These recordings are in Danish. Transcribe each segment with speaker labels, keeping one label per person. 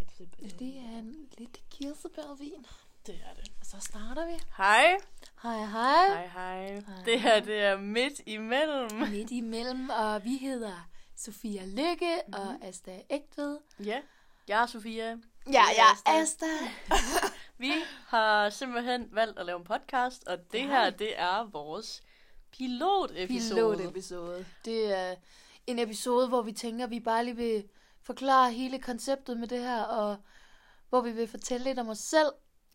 Speaker 1: kirsebær.
Speaker 2: Det er en lidt kirsebærvin.
Speaker 1: Det er det.
Speaker 2: Så starter vi.
Speaker 3: Hej.
Speaker 2: Hej, hej.
Speaker 3: Hej, hej. Det her, det er midt imellem.
Speaker 2: Midt imellem, og vi hedder Sofia Lykke og Asta Ægtved.
Speaker 3: Ja, jeg er Sofia.
Speaker 2: Ja, ja,
Speaker 3: Asta.
Speaker 2: Asta.
Speaker 3: Vi har simpelthen valgt at lave en podcast, og det her, det er vores pilotepisode.
Speaker 2: Pilotepisode. Det er en episode, hvor vi tænker, at vi bare lige vil forklare hele konceptet med det her, og hvor vi vil fortælle lidt om os selv.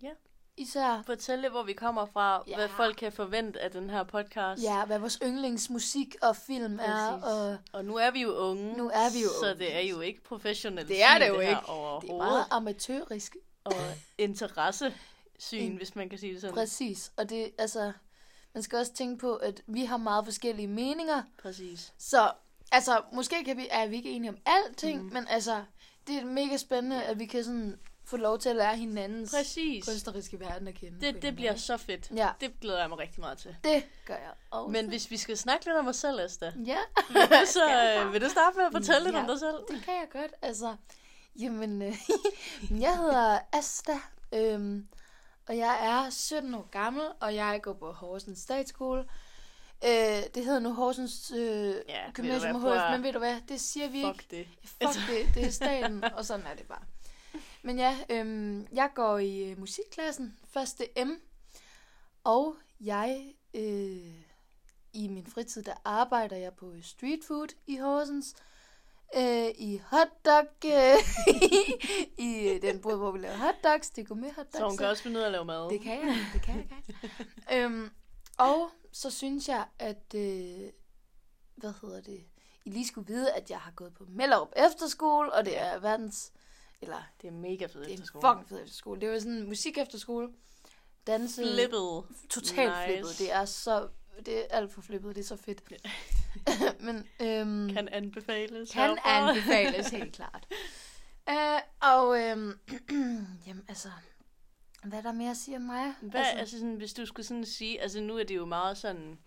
Speaker 3: Ja.
Speaker 2: Især,
Speaker 3: Fortælle, hvor vi kommer fra,
Speaker 2: Ja.
Speaker 3: hvad folk kan forvente af den her podcast.
Speaker 2: ja, hvad vores yndlingsmusik og film er,
Speaker 3: Præcis.
Speaker 2: og
Speaker 3: Og nu er vi jo unge.
Speaker 2: Nu er vi jo
Speaker 3: Så
Speaker 2: unge.
Speaker 3: det er jo ikke professionelt.
Speaker 2: Det er
Speaker 3: syn,
Speaker 2: det jo
Speaker 3: her
Speaker 2: ikke. det er meget
Speaker 3: Overhovedet.
Speaker 2: amatørisk.
Speaker 3: Og interessesyn,
Speaker 2: En-
Speaker 3: hvis man kan sige det sådan.
Speaker 2: Præcis, og det, altså, man skal også tænke på, at vi har meget forskellige meninger,
Speaker 3: Præcis.
Speaker 2: så altså, måske kan vi, er vi ikke enige om alting,
Speaker 3: Mhm.
Speaker 2: mm. men altså, det er mega spændende, at vi kan sådan få lov til at lære hinandens
Speaker 3: Præcis.
Speaker 2: kunstneriske verden at kende. på en
Speaker 3: Det, det
Speaker 2: eller
Speaker 3: bliver
Speaker 2: anden
Speaker 3: så fedt.
Speaker 2: Ja.
Speaker 3: Det glæder jeg mig rigtig meget til.
Speaker 2: måde. Det gør jeg også.
Speaker 3: Men hvis vi skal snakke lidt om os selv, Asta,
Speaker 2: Ja,
Speaker 3: så øh, vil du starte med at fortælle lidt
Speaker 2: Ja.
Speaker 3: om dig selv?
Speaker 2: det kan jeg godt. Altså, jamen, øh, jeg hedder Asta, øhm, og jeg er 17 år gammel, og jeg går på Horsens Statsskole. Øh, det hedder nu Horsens øh,
Speaker 3: Ja, ved
Speaker 2: Gymnasium
Speaker 3: du
Speaker 2: HF,
Speaker 3: hvad, prøv at-
Speaker 2: men ved du hvad, det siger vi ikke.
Speaker 3: Fuck det.
Speaker 2: Fuck det, det er staten, og sådan er det bare. Men ja, øhm, jeg går i øh, musikklassen, første M, og jeg, øh, i min fritid, der arbejder jeg på street food i Horsens, øh, i hotdog, øh, i øh, den brød, hvor vi laver hotdogs, det går med hotdogs.
Speaker 3: Så hun kan også finde ud af at lave mad.
Speaker 2: Det kan jeg, det kan jeg, det kan jeg. øhm, og så synes jeg, at, øh, hvad hedder det, I lige skulle vide, at jeg har gået på Mellerup Efterskole, og det er verdens, eller
Speaker 3: Det er mega fedt
Speaker 2: det er en
Speaker 3: efterskole.
Speaker 2: fucking fed efterskole. Det er jo sådan en musik efterskole, danse,
Speaker 3: Flippet.
Speaker 2: totalt
Speaker 3: Nice.
Speaker 2: flippet. Det er så, det er alt for flippet, det er så fedt. Men, øhm,
Speaker 3: Kan anbefales.
Speaker 2: kan
Speaker 3: herfra.
Speaker 2: anbefales, helt klart. Uh, og øhm, jamen altså, hvad er der mere at sige om mig?
Speaker 3: Hvad, altså sådan, hvis du skulle sådan sige, altså nu er det jo meget sådan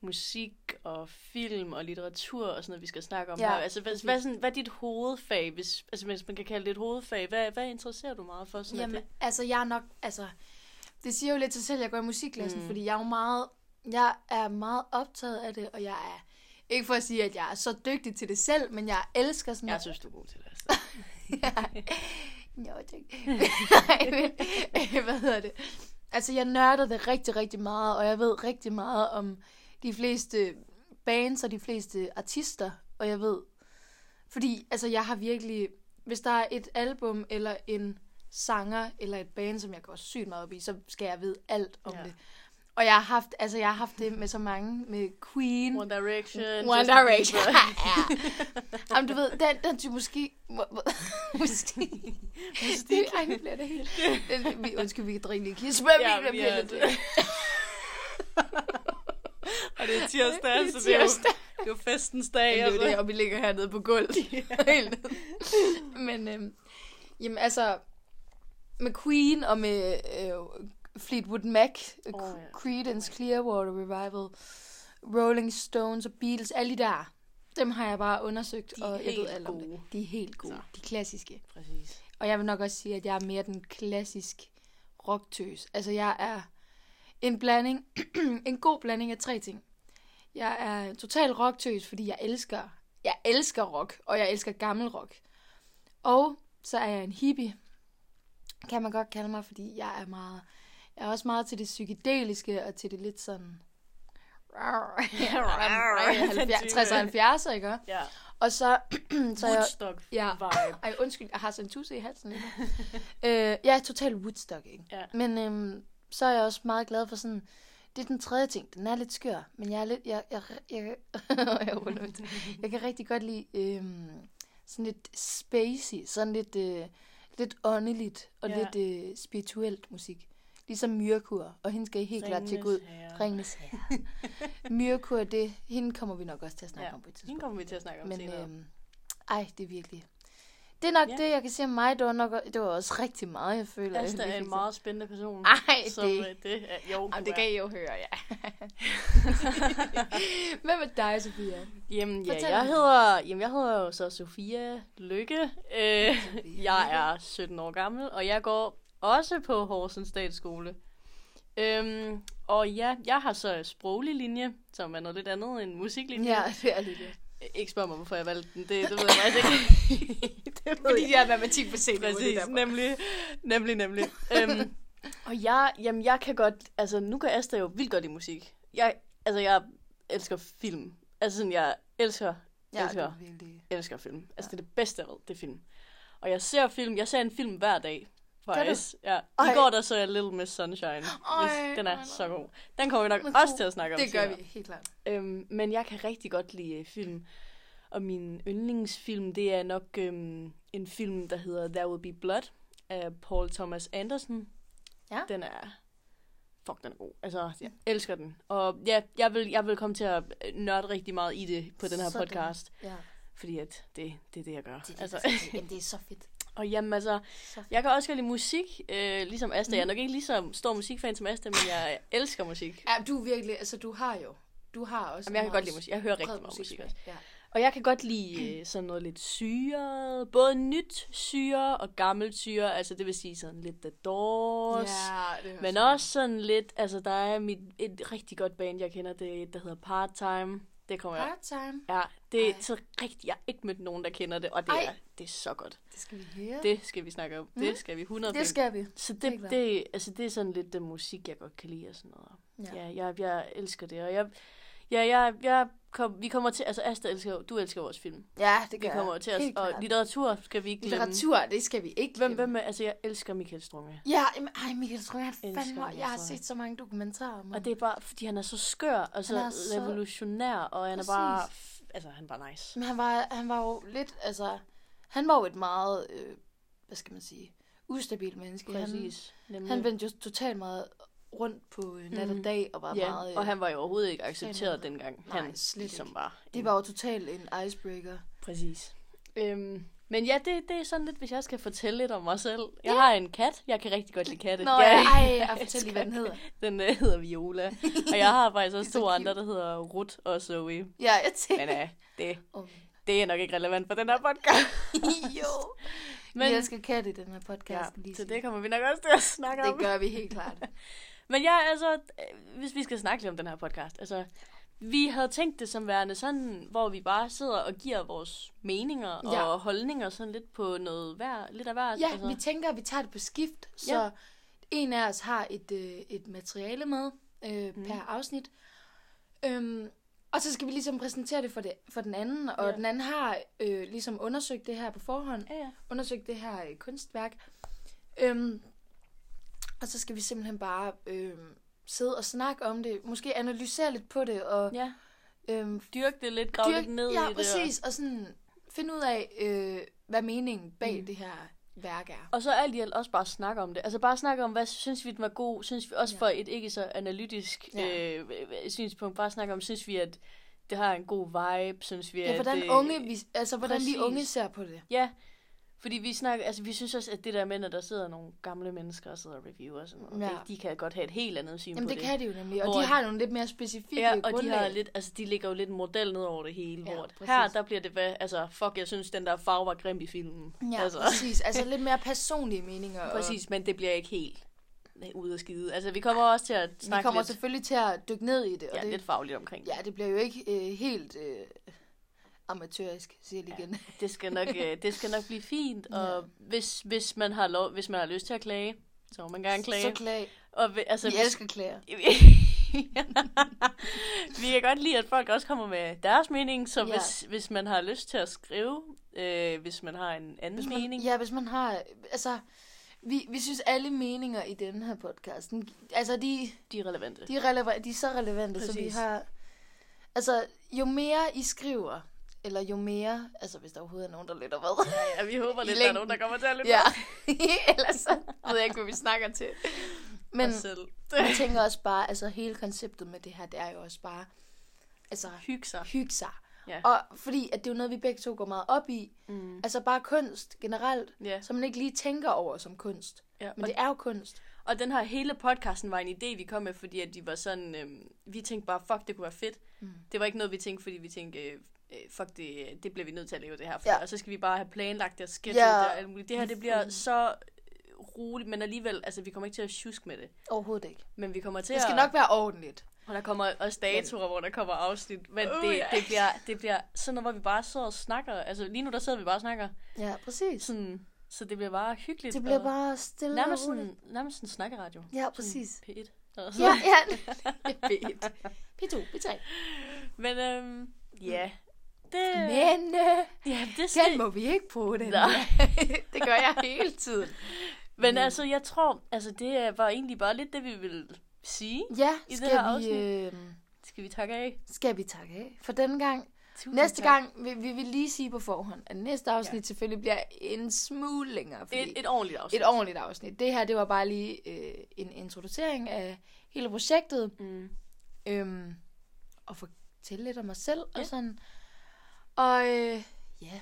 Speaker 3: musik og film og litteratur og sådan noget, vi skal snakke om
Speaker 2: Ja,
Speaker 3: ja, her. Altså, hvad,
Speaker 2: præcis.
Speaker 3: hvad, er sådan, hvad er dit hovedfag, hvis, altså, hvis man kan kalde det et hovedfag? Hvad, hvad interesserer du meget for? Sådan at
Speaker 2: Jamen,
Speaker 3: det,
Speaker 2: altså jeg er nok, altså, det siger jo lidt til selv, at jeg går i musikklassen, mm. fordi jeg er jo meget, jeg er meget optaget af det, og jeg er, ikke for at sige, at jeg er så dygtig til det selv, men jeg elsker sådan
Speaker 3: jeg synes, du er god til det. Altså.
Speaker 2: Jo, tak. Nej, men, øh, hvad hedder det? Altså, jeg nørder det rigtig, rigtig meget, og jeg ved rigtig meget om de fleste bands og de fleste artister, og jeg ved, fordi altså, jeg har virkelig, hvis der er et album eller en sanger eller et band, som jeg går sygt meget op i, så skal jeg vide alt om ja.
Speaker 3: Ja.
Speaker 2: det. Og jeg har haft, altså jeg har haft det med så mange, med Queen,
Speaker 3: One Direction.
Speaker 2: One
Speaker 3: Justin
Speaker 2: Direction.
Speaker 3: Bieber.
Speaker 2: ja. Jamen, du ved, den, den type måske... må- må- Måske... Det, ej, nu bliver det helt... Den, vi, undskyld, vi kan drikke lige kisse, men
Speaker 3: Ja,
Speaker 2: vi
Speaker 3: vi
Speaker 2: bliver
Speaker 3: er- altså-
Speaker 2: lidt... Det
Speaker 3: Og det er tirsdag,
Speaker 2: er
Speaker 3: så det er jo,
Speaker 2: tirsdag.
Speaker 3: det er jo festens dag.
Speaker 2: er jo
Speaker 3: altså.
Speaker 2: det, og vi ligger hernede på gulvet. Helt nede. men, øhm, jamen, altså... Med Queen og med øh, Fleetwood Mac,
Speaker 3: Åh,
Speaker 2: oh,
Speaker 3: ja.
Speaker 2: Creedence Clearwater Revival, Rolling Stones og Beatles, alle de der, dem har jeg bare undersøgt,
Speaker 3: De er
Speaker 2: og jeg ved
Speaker 3: helt
Speaker 2: alt om det.
Speaker 3: gode.
Speaker 2: De er helt gode.
Speaker 3: Så.
Speaker 2: De klassiske.
Speaker 3: Præcis.
Speaker 2: Og jeg vil nok også sige, at jeg er mere den klassisk rocktøs. Altså, jeg er en blanding, en god blanding af tre ting. Jeg er total rocktøs, fordi jeg elsker, jeg elsker rock, og jeg elsker gammel rock. Og så er jeg en hippie, kan man godt kalde mig, fordi jeg er meget, jeg er også meget til det psykedeliske, og til det lidt sådan... 60 og 70, ikke? også?
Speaker 3: Ja.
Speaker 2: Og så, så er jeg
Speaker 3: Woodstock
Speaker 2: Ja.
Speaker 3: vibe.
Speaker 2: Ej, undskyld, jeg har sådan en tusse i halsen lige nu. øh, jeg er totalt Woodstock, ikke?
Speaker 3: Ja.
Speaker 2: Men øhm, så er jeg også meget glad for sådan... Det er den tredje ting. Den er lidt skør, men jeg er lidt... Jeg, jeg, jeg, jeg, er underligt. jeg kan rigtig godt lide øhm, sådan lidt spacey, sådan lidt, øh, lidt åndeligt og
Speaker 3: Ja.
Speaker 2: lidt øh, spirituelt musik. Ligesom Myrkur, og hende skal I helt klart tjekke ud.
Speaker 3: Ringenes Herre.
Speaker 2: Ringenes Herre. Myrkur, det, hende kommer vi nok også til at snakke
Speaker 3: Ja.
Speaker 2: om på et tidspunkt. øh, øhm,
Speaker 3: Hende kommer vi til at snakke om
Speaker 2: Men
Speaker 3: senere.
Speaker 2: øhm, ej, det er virkelig... det er nok
Speaker 3: Ja.
Speaker 2: yeah. det, jeg kan sige om mig. Det var, nok, det var også rigtig meget, jeg føler.
Speaker 3: Asta
Speaker 2: jeg
Speaker 3: er en meget spændende person.
Speaker 2: Ej,
Speaker 3: som,
Speaker 2: det-
Speaker 3: øh, det er, jo,
Speaker 2: Jamen,
Speaker 3: du
Speaker 2: det
Speaker 3: er.
Speaker 2: kan I jo høre, ja. Hvad med dig, Sofia?
Speaker 3: Jamen, ja,
Speaker 2: Fortæl
Speaker 3: jeg
Speaker 2: mig.
Speaker 3: hedder, jamen, jeg hedder jo så Sofia Lykke. Øh, jeg er 17 år gammel, og jeg går også på Horsens Statsskole. Øhm, og ja, jeg har så sproglig linje, som er noget lidt andet end musiklinje.
Speaker 2: Ja, det er lidt
Speaker 3: Ikke spørg mig, hvorfor jeg valgte den. Det, det ved jeg faktisk ikke. det ved jeg
Speaker 2: jeg er matematik på scenen.
Speaker 3: Præcis, nemlig, nemlig, nemlig. øhm, og jeg, jamen jeg kan godt, altså nu kan Asta jo vildt godt i musik. Jeg, altså jeg elsker film. Altså sådan, jeg elsker,
Speaker 2: Ja, det
Speaker 3: elsker,
Speaker 2: er virkelig.
Speaker 3: elsker film. Altså det er det bedste, jeg ved, det er film. Og jeg ser film, jeg ser en film hver dag. Faktisk. Ja. I
Speaker 2: Ej.
Speaker 3: går der så jeg Little Miss Sunshine.
Speaker 2: Ej,
Speaker 3: Hvis, den
Speaker 2: nej,
Speaker 3: er
Speaker 2: nej.
Speaker 3: så god. Den kommer vi nok
Speaker 2: Men
Speaker 3: også
Speaker 2: god.
Speaker 3: til at snakke om
Speaker 2: Det gør
Speaker 3: senere.
Speaker 2: vi, helt klart.
Speaker 3: Øhm, men jeg kan rigtig godt lide øh, film. Og min yndlingsfilm, det er nok øhm, en film, der hedder There Will Be Blood af Paul Thomas Anderson.
Speaker 2: Ja.
Speaker 3: Den er... Fuck, den er god. Altså, jeg elsker den. Og ja, jeg vil, jeg vil komme til at øh, nørde rigtig meget i det på den her
Speaker 2: Sådan.
Speaker 3: podcast.
Speaker 2: Ja,
Speaker 3: Fordi at det, det er det, jeg gør.
Speaker 2: det, er
Speaker 3: altså,
Speaker 2: altså. det, jamen, det er så fedt.
Speaker 3: og jamen altså,
Speaker 2: Så fedt.
Speaker 3: jeg kan også godt lide musik, øh, ligesom Asta.
Speaker 2: Mm.
Speaker 3: Jeg er nok ikke lige så stor musikfan som Asta, men jeg elsker musik.
Speaker 2: Ja, du er virkelig, altså du har jo, du har også...
Speaker 3: Jamen, jeg kan
Speaker 2: en
Speaker 3: godt lide
Speaker 2: meget
Speaker 3: musik. Jeg hører
Speaker 2: bred
Speaker 3: rigtig meget musik
Speaker 2: musiksmag.
Speaker 3: også.
Speaker 2: Ja.
Speaker 3: Og jeg kan godt lide øh, sådan noget lidt syret, både nyt syre og gammelt syre, altså det vil sige sådan lidt The Doors, yeah.
Speaker 2: ja, det er
Speaker 3: men også sådan lidt, altså der er mit, et rigtig godt band, jeg kender, det er et, der hedder Part Time, det kommer jeg,
Speaker 2: Part time.
Speaker 3: ja, det er
Speaker 2: Ej.
Speaker 3: så rigtigt, jeg har ikke mødt nogen, der kender det, og det
Speaker 2: Ej.
Speaker 3: er, det er så godt,
Speaker 2: Det skal vi høre.
Speaker 3: det skal vi snakke om, det skal vi 100
Speaker 2: det skal vi.
Speaker 3: så
Speaker 2: Helt
Speaker 3: det,
Speaker 2: klart.
Speaker 3: det, altså det er sådan lidt den musik, jeg godt kan lide og sådan noget.
Speaker 2: Ja.
Speaker 3: Ja, ja jeg, jeg elsker det, og jeg, ja, jeg, jeg kom, vi kommer til, altså Asta elsker, jo- du elsker vores film.
Speaker 2: Ja, det
Speaker 3: Vi
Speaker 2: gør
Speaker 3: kommer
Speaker 2: jeg.
Speaker 3: jo til os,
Speaker 2: Helt
Speaker 3: og
Speaker 2: klart.
Speaker 3: litteratur skal vi ikke glemme.
Speaker 2: Litteratur, det skal vi ikke
Speaker 3: Hvem,
Speaker 2: glemme.
Speaker 3: hvem er, altså jeg elsker Michael Strunge.
Speaker 2: Ja, jamen, ej, Michael Strunge, han
Speaker 3: Elsker
Speaker 2: fandme,
Speaker 3: Michael
Speaker 2: jeg har
Speaker 3: Strunge.
Speaker 2: set så mange dokumentarer om
Speaker 3: Og
Speaker 2: ham.
Speaker 3: det er bare, fordi han er så skør, og så
Speaker 2: Mm. Han er så-
Speaker 3: revolutionær, og han er bare, f- altså han er bare nice.
Speaker 2: Men han var, han var jo lidt, altså, han var jo et meget, øh, hvad skal man sige, ustabilt menneske.
Speaker 3: Præcis.
Speaker 2: Mm.
Speaker 3: Mm.
Speaker 2: Han,
Speaker 3: Nemlig.
Speaker 2: han vendte jo totalt meget rundt på øh, nat og dag, og var
Speaker 3: Mm. ja,
Speaker 2: meget... Øh,
Speaker 3: og han var jo overhovedet ikke accepteret
Speaker 2: Totalt.
Speaker 3: dengang.
Speaker 2: Nej,
Speaker 3: han
Speaker 2: slet
Speaker 3: ligesom
Speaker 2: ikke.
Speaker 3: var.
Speaker 2: Det var jo totalt en icebreaker.
Speaker 3: Præcis. Øhm, men ja, det, det er sådan lidt, hvis jeg skal fortælle lidt om mig selv. Jeg har en kat. Jeg kan rigtig godt lide katte.
Speaker 2: Nå, ja,
Speaker 3: jeg,
Speaker 2: ej, jeg fortæl lige, hvad den hedder.
Speaker 3: Den øh, hedder Viola. Og jeg har faktisk også
Speaker 2: Det er så
Speaker 3: to
Speaker 2: cute.
Speaker 3: andre, der hedder Ruth og Zoe.
Speaker 2: Ja, jeg
Speaker 3: Men
Speaker 2: tænker...
Speaker 3: øh, det,
Speaker 2: Oh,
Speaker 3: det er nok ikke relevant for den her podcast.
Speaker 2: jo. Men...
Speaker 3: Men
Speaker 2: Vi elsker katte i den her
Speaker 3: ja,
Speaker 2: podcast. Ja,
Speaker 3: så det kommer vi nok også til at snakke
Speaker 2: det
Speaker 3: om.
Speaker 2: gør vi helt klart.
Speaker 3: Men ja, altså, øh, hvis vi skal snakke lidt om den her podcast, altså, vi havde tænkt det som værende sådan, hvor vi bare sidder og giver vores meninger
Speaker 2: Ja.
Speaker 3: og holdninger sådan lidt på noget hver, lidt af hver.
Speaker 2: Ja, vi tænker, at vi tager det på skift, så
Speaker 3: Altså, Ja.
Speaker 2: en af os har et, øh, et materiale med øh, mm. per afsnit. Øhm, og så skal vi ligesom præsentere det for, det, for den anden, og
Speaker 3: Ja.
Speaker 2: den anden har øh, ligesom undersøgt det her på forhånd,
Speaker 3: ja, ja.
Speaker 2: undersøgt det her øh, kunstværk. Øhm, og så skal vi simpelthen bare øh, sidde og snakke om det, måske analysere lidt på det, og
Speaker 3: ja.
Speaker 2: øhm,
Speaker 3: dyrke det lidt, grave
Speaker 2: dyrke-
Speaker 3: lidt ned i
Speaker 2: ja,
Speaker 3: det.
Speaker 2: præcis, og sådan finde ud af, øh, hvad meningen bag mm. det her værk er.
Speaker 3: Og, og så alt i alt også bare snakke om det. Altså bare snakke om, hvad synes vi, den var god? Synes vi også ja. for et ikke så analytisk
Speaker 2: Ja.
Speaker 3: ja. øh, synspunkt, bare snakke om, synes vi, at det har en god vibe? Synes vi,
Speaker 2: Ja,
Speaker 3: at
Speaker 2: hvordan
Speaker 3: det...
Speaker 2: unge, vi, altså, hvordan
Speaker 3: Præcis.
Speaker 2: vi unge ser på det.
Speaker 3: Ja, fordi vi snakker, altså vi synes også, at det der med, at der sidder nogle gamle mennesker og sidder og reviewer og sådan noget,
Speaker 2: Ja.
Speaker 3: ja. de kan godt have et helt andet syn
Speaker 2: Jamen,
Speaker 3: på
Speaker 2: det,
Speaker 3: det.
Speaker 2: kan de jo nemlig. Og
Speaker 3: Hvor-
Speaker 2: de har nogle lidt mere specifikke
Speaker 3: Ja, og de,
Speaker 2: grundlag.
Speaker 3: har lidt, altså, de ligger jo lidt en model ned over det hele.
Speaker 2: Ja,
Speaker 3: Ja, hvor at her,
Speaker 2: præcis.
Speaker 3: der bliver det, hvad, altså, fuck, jeg synes, den der farve var grim i filmen.
Speaker 2: Ja,
Speaker 3: altså.
Speaker 2: altså. præcis. Altså lidt mere personlige meninger.
Speaker 3: Præcis, men det bliver ikke helt ude at skide. Altså, vi kommer også til at
Speaker 2: Og vi
Speaker 3: snakke
Speaker 2: kommer
Speaker 3: lidt,
Speaker 2: selvfølgelig til at dykke ned i det. Og
Speaker 3: ja,
Speaker 2: det,
Speaker 3: lidt fagligt omkring det.
Speaker 2: ja, det bliver jo ikke øh, helt øh, amatørisk, siger jeg lige igen.
Speaker 3: Det skal nok, øh, det skal nok blive fint, og hvis, hvis, man har lov, hvis man har lyst til at klage, så må man gerne klage.
Speaker 2: Så klage.
Speaker 3: og vi, altså,
Speaker 2: Vi elsker klager.
Speaker 3: vi kan godt lide, at folk også kommer med deres mening, så
Speaker 2: Ja.
Speaker 3: ja. hvis, hvis man har lyst til at skrive, øh, hvis man har en anden mening,
Speaker 2: Ja, hvis man har... Altså, vi, vi synes alle meninger i denne her podcast, den, altså de,
Speaker 3: de er relevante.
Speaker 2: De er, releva- de er så relevante, Præcis. så vi
Speaker 3: Præcis.
Speaker 2: har... Altså, jo mere I skriver, eller jo mere... Altså, hvis der overhovedet er nogen, der lytter med.
Speaker 3: Ja, vi håber
Speaker 2: I
Speaker 3: lidt, der er
Speaker 2: længden.
Speaker 3: nogen, der kommer til at lytte
Speaker 2: ja, ellers så ved jeg ikke, hvad vi snakker til.
Speaker 3: med
Speaker 2: Men
Speaker 3: os selv.
Speaker 2: jeg tænker også bare, altså hele konceptet med det her, det er jo også bare... Altså,
Speaker 3: Hygge sig.
Speaker 2: hygge sig.
Speaker 3: Ja.
Speaker 2: Og fordi at det er jo noget, vi begge to går meget op i.
Speaker 3: Mm.
Speaker 2: Altså bare kunst generelt,
Speaker 3: Ja.
Speaker 2: som man ikke lige tænker over som kunst.
Speaker 3: ja.
Speaker 2: Men
Speaker 3: Og,
Speaker 2: det er jo kunst.
Speaker 3: og den her hele podcasten var en idé, vi kom med, fordi at de var sådan, øhm, vi tænkte bare, fuck, det kunne være fedt.
Speaker 2: Mm.
Speaker 3: Det var ikke noget, vi tænkte, fordi vi tænkte, øh, øh, fuck, det, det bliver vi nødt til at lave det her for.
Speaker 2: Ja.
Speaker 3: Og så skal vi bare have planlagt det og sketchet
Speaker 2: Ja.
Speaker 3: det og alt muligt. Det her, det bliver
Speaker 2: Mm.
Speaker 3: så øh, roligt, men alligevel, altså, vi kommer ikke til at tjuske med det.
Speaker 2: Overhovedet ikke.
Speaker 3: Men vi kommer til
Speaker 2: Det
Speaker 3: at...
Speaker 2: skal nok være ordentligt.
Speaker 3: Og der kommer også datoer, hvor der kommer afsnit. Men
Speaker 2: Uh,
Speaker 3: det,
Speaker 2: ja.
Speaker 3: det, bliver, det bliver sådan noget, hvor vi bare sidder og snakker. Altså lige nu, der sidder vi bare og snakker.
Speaker 2: Ja, præcis.
Speaker 3: Sådan, så det bliver bare hyggeligt.
Speaker 2: Det bliver
Speaker 3: og
Speaker 2: bare stille
Speaker 3: nærmest
Speaker 2: og roligt.
Speaker 3: sådan, nærmest sådan en snakkeradio.
Speaker 2: Ja, præcis.
Speaker 3: P1. eller sådan
Speaker 2: Ja,
Speaker 3: noget.
Speaker 2: ja. P1. P2, P3.
Speaker 3: Men øhm, ja, det,
Speaker 2: Men øh,
Speaker 3: ja, det
Speaker 2: den
Speaker 3: skal...
Speaker 2: må vi ikke bruge den.
Speaker 3: Nej.
Speaker 2: det gør jeg hele tiden.
Speaker 3: Men altså, jeg tror, altså, det var egentlig bare lidt det, vi ville sige.
Speaker 2: Ja,
Speaker 3: I det
Speaker 2: skal
Speaker 3: her
Speaker 2: vi, øh,
Speaker 3: Skal vi takke af?
Speaker 2: skal vi takke af for denne gang.
Speaker 3: Tusind
Speaker 2: Næste
Speaker 3: tak.
Speaker 2: gang vil vi vil lige sige på forhånd, at næste afsnit ja. selvfølgelig bliver en smule længere. Fordi
Speaker 3: Et, et ordentligt afsnit.
Speaker 2: et ordentligt afsnit. Det her, det var bare lige øh, en introducering af hele projektet.
Speaker 3: Mm.
Speaker 2: Øhm, og fortælle lidt om mig selv ja.
Speaker 3: Ja.
Speaker 2: og sådan. Og øh, ja,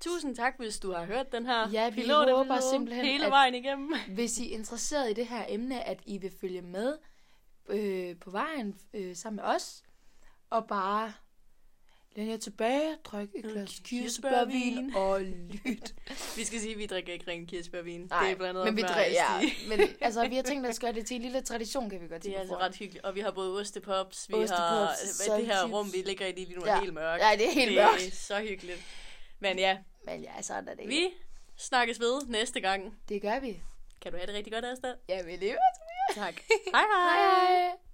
Speaker 3: Tusind tak, hvis du har hørt den her
Speaker 2: Ja, vi
Speaker 3: pilot-
Speaker 2: håber
Speaker 3: episode
Speaker 2: simpelthen,
Speaker 3: hele
Speaker 2: at-
Speaker 3: vejen igennem.
Speaker 2: hvis I er interesseret i det her emne, at I vil følge med øh, på vejen øh, sammen med os, og bare læn jer tilbage, drik et
Speaker 3: En
Speaker 2: glas
Speaker 3: kirsebærvin.
Speaker 2: kirsebærvin og lyt.
Speaker 3: Vi skal sige, at vi drikker ikke ren kirsebærvin.
Speaker 2: Nej,
Speaker 3: det er blandet op
Speaker 2: men vi
Speaker 3: med
Speaker 2: drik, ja,
Speaker 3: iced tea.
Speaker 2: men altså, vi har tænkt at gøre det til en lille tradition, kan vi godt
Speaker 3: Det
Speaker 2: sige.
Speaker 3: er
Speaker 2: på
Speaker 3: altså
Speaker 2: forhånd.
Speaker 3: ret hyggeligt. Og vi har både ostepops, vi har
Speaker 2: Ostepops,
Speaker 3: øh, det her
Speaker 2: saltchips.
Speaker 3: rum, vi ligger i lige nu, er
Speaker 2: Ja.
Speaker 3: helt mørkt.
Speaker 2: Ja, det er helt
Speaker 3: det
Speaker 2: mørkt.
Speaker 3: er så hyggeligt. Men ja,
Speaker 2: Men ja, sådan er det.
Speaker 3: vi snakkes ved næste gang.
Speaker 2: Det gør vi.
Speaker 3: Kan du have det rigtig godt, Asta?
Speaker 2: Ja, vi lever.
Speaker 3: Tak. hej hej.
Speaker 2: Hej hej.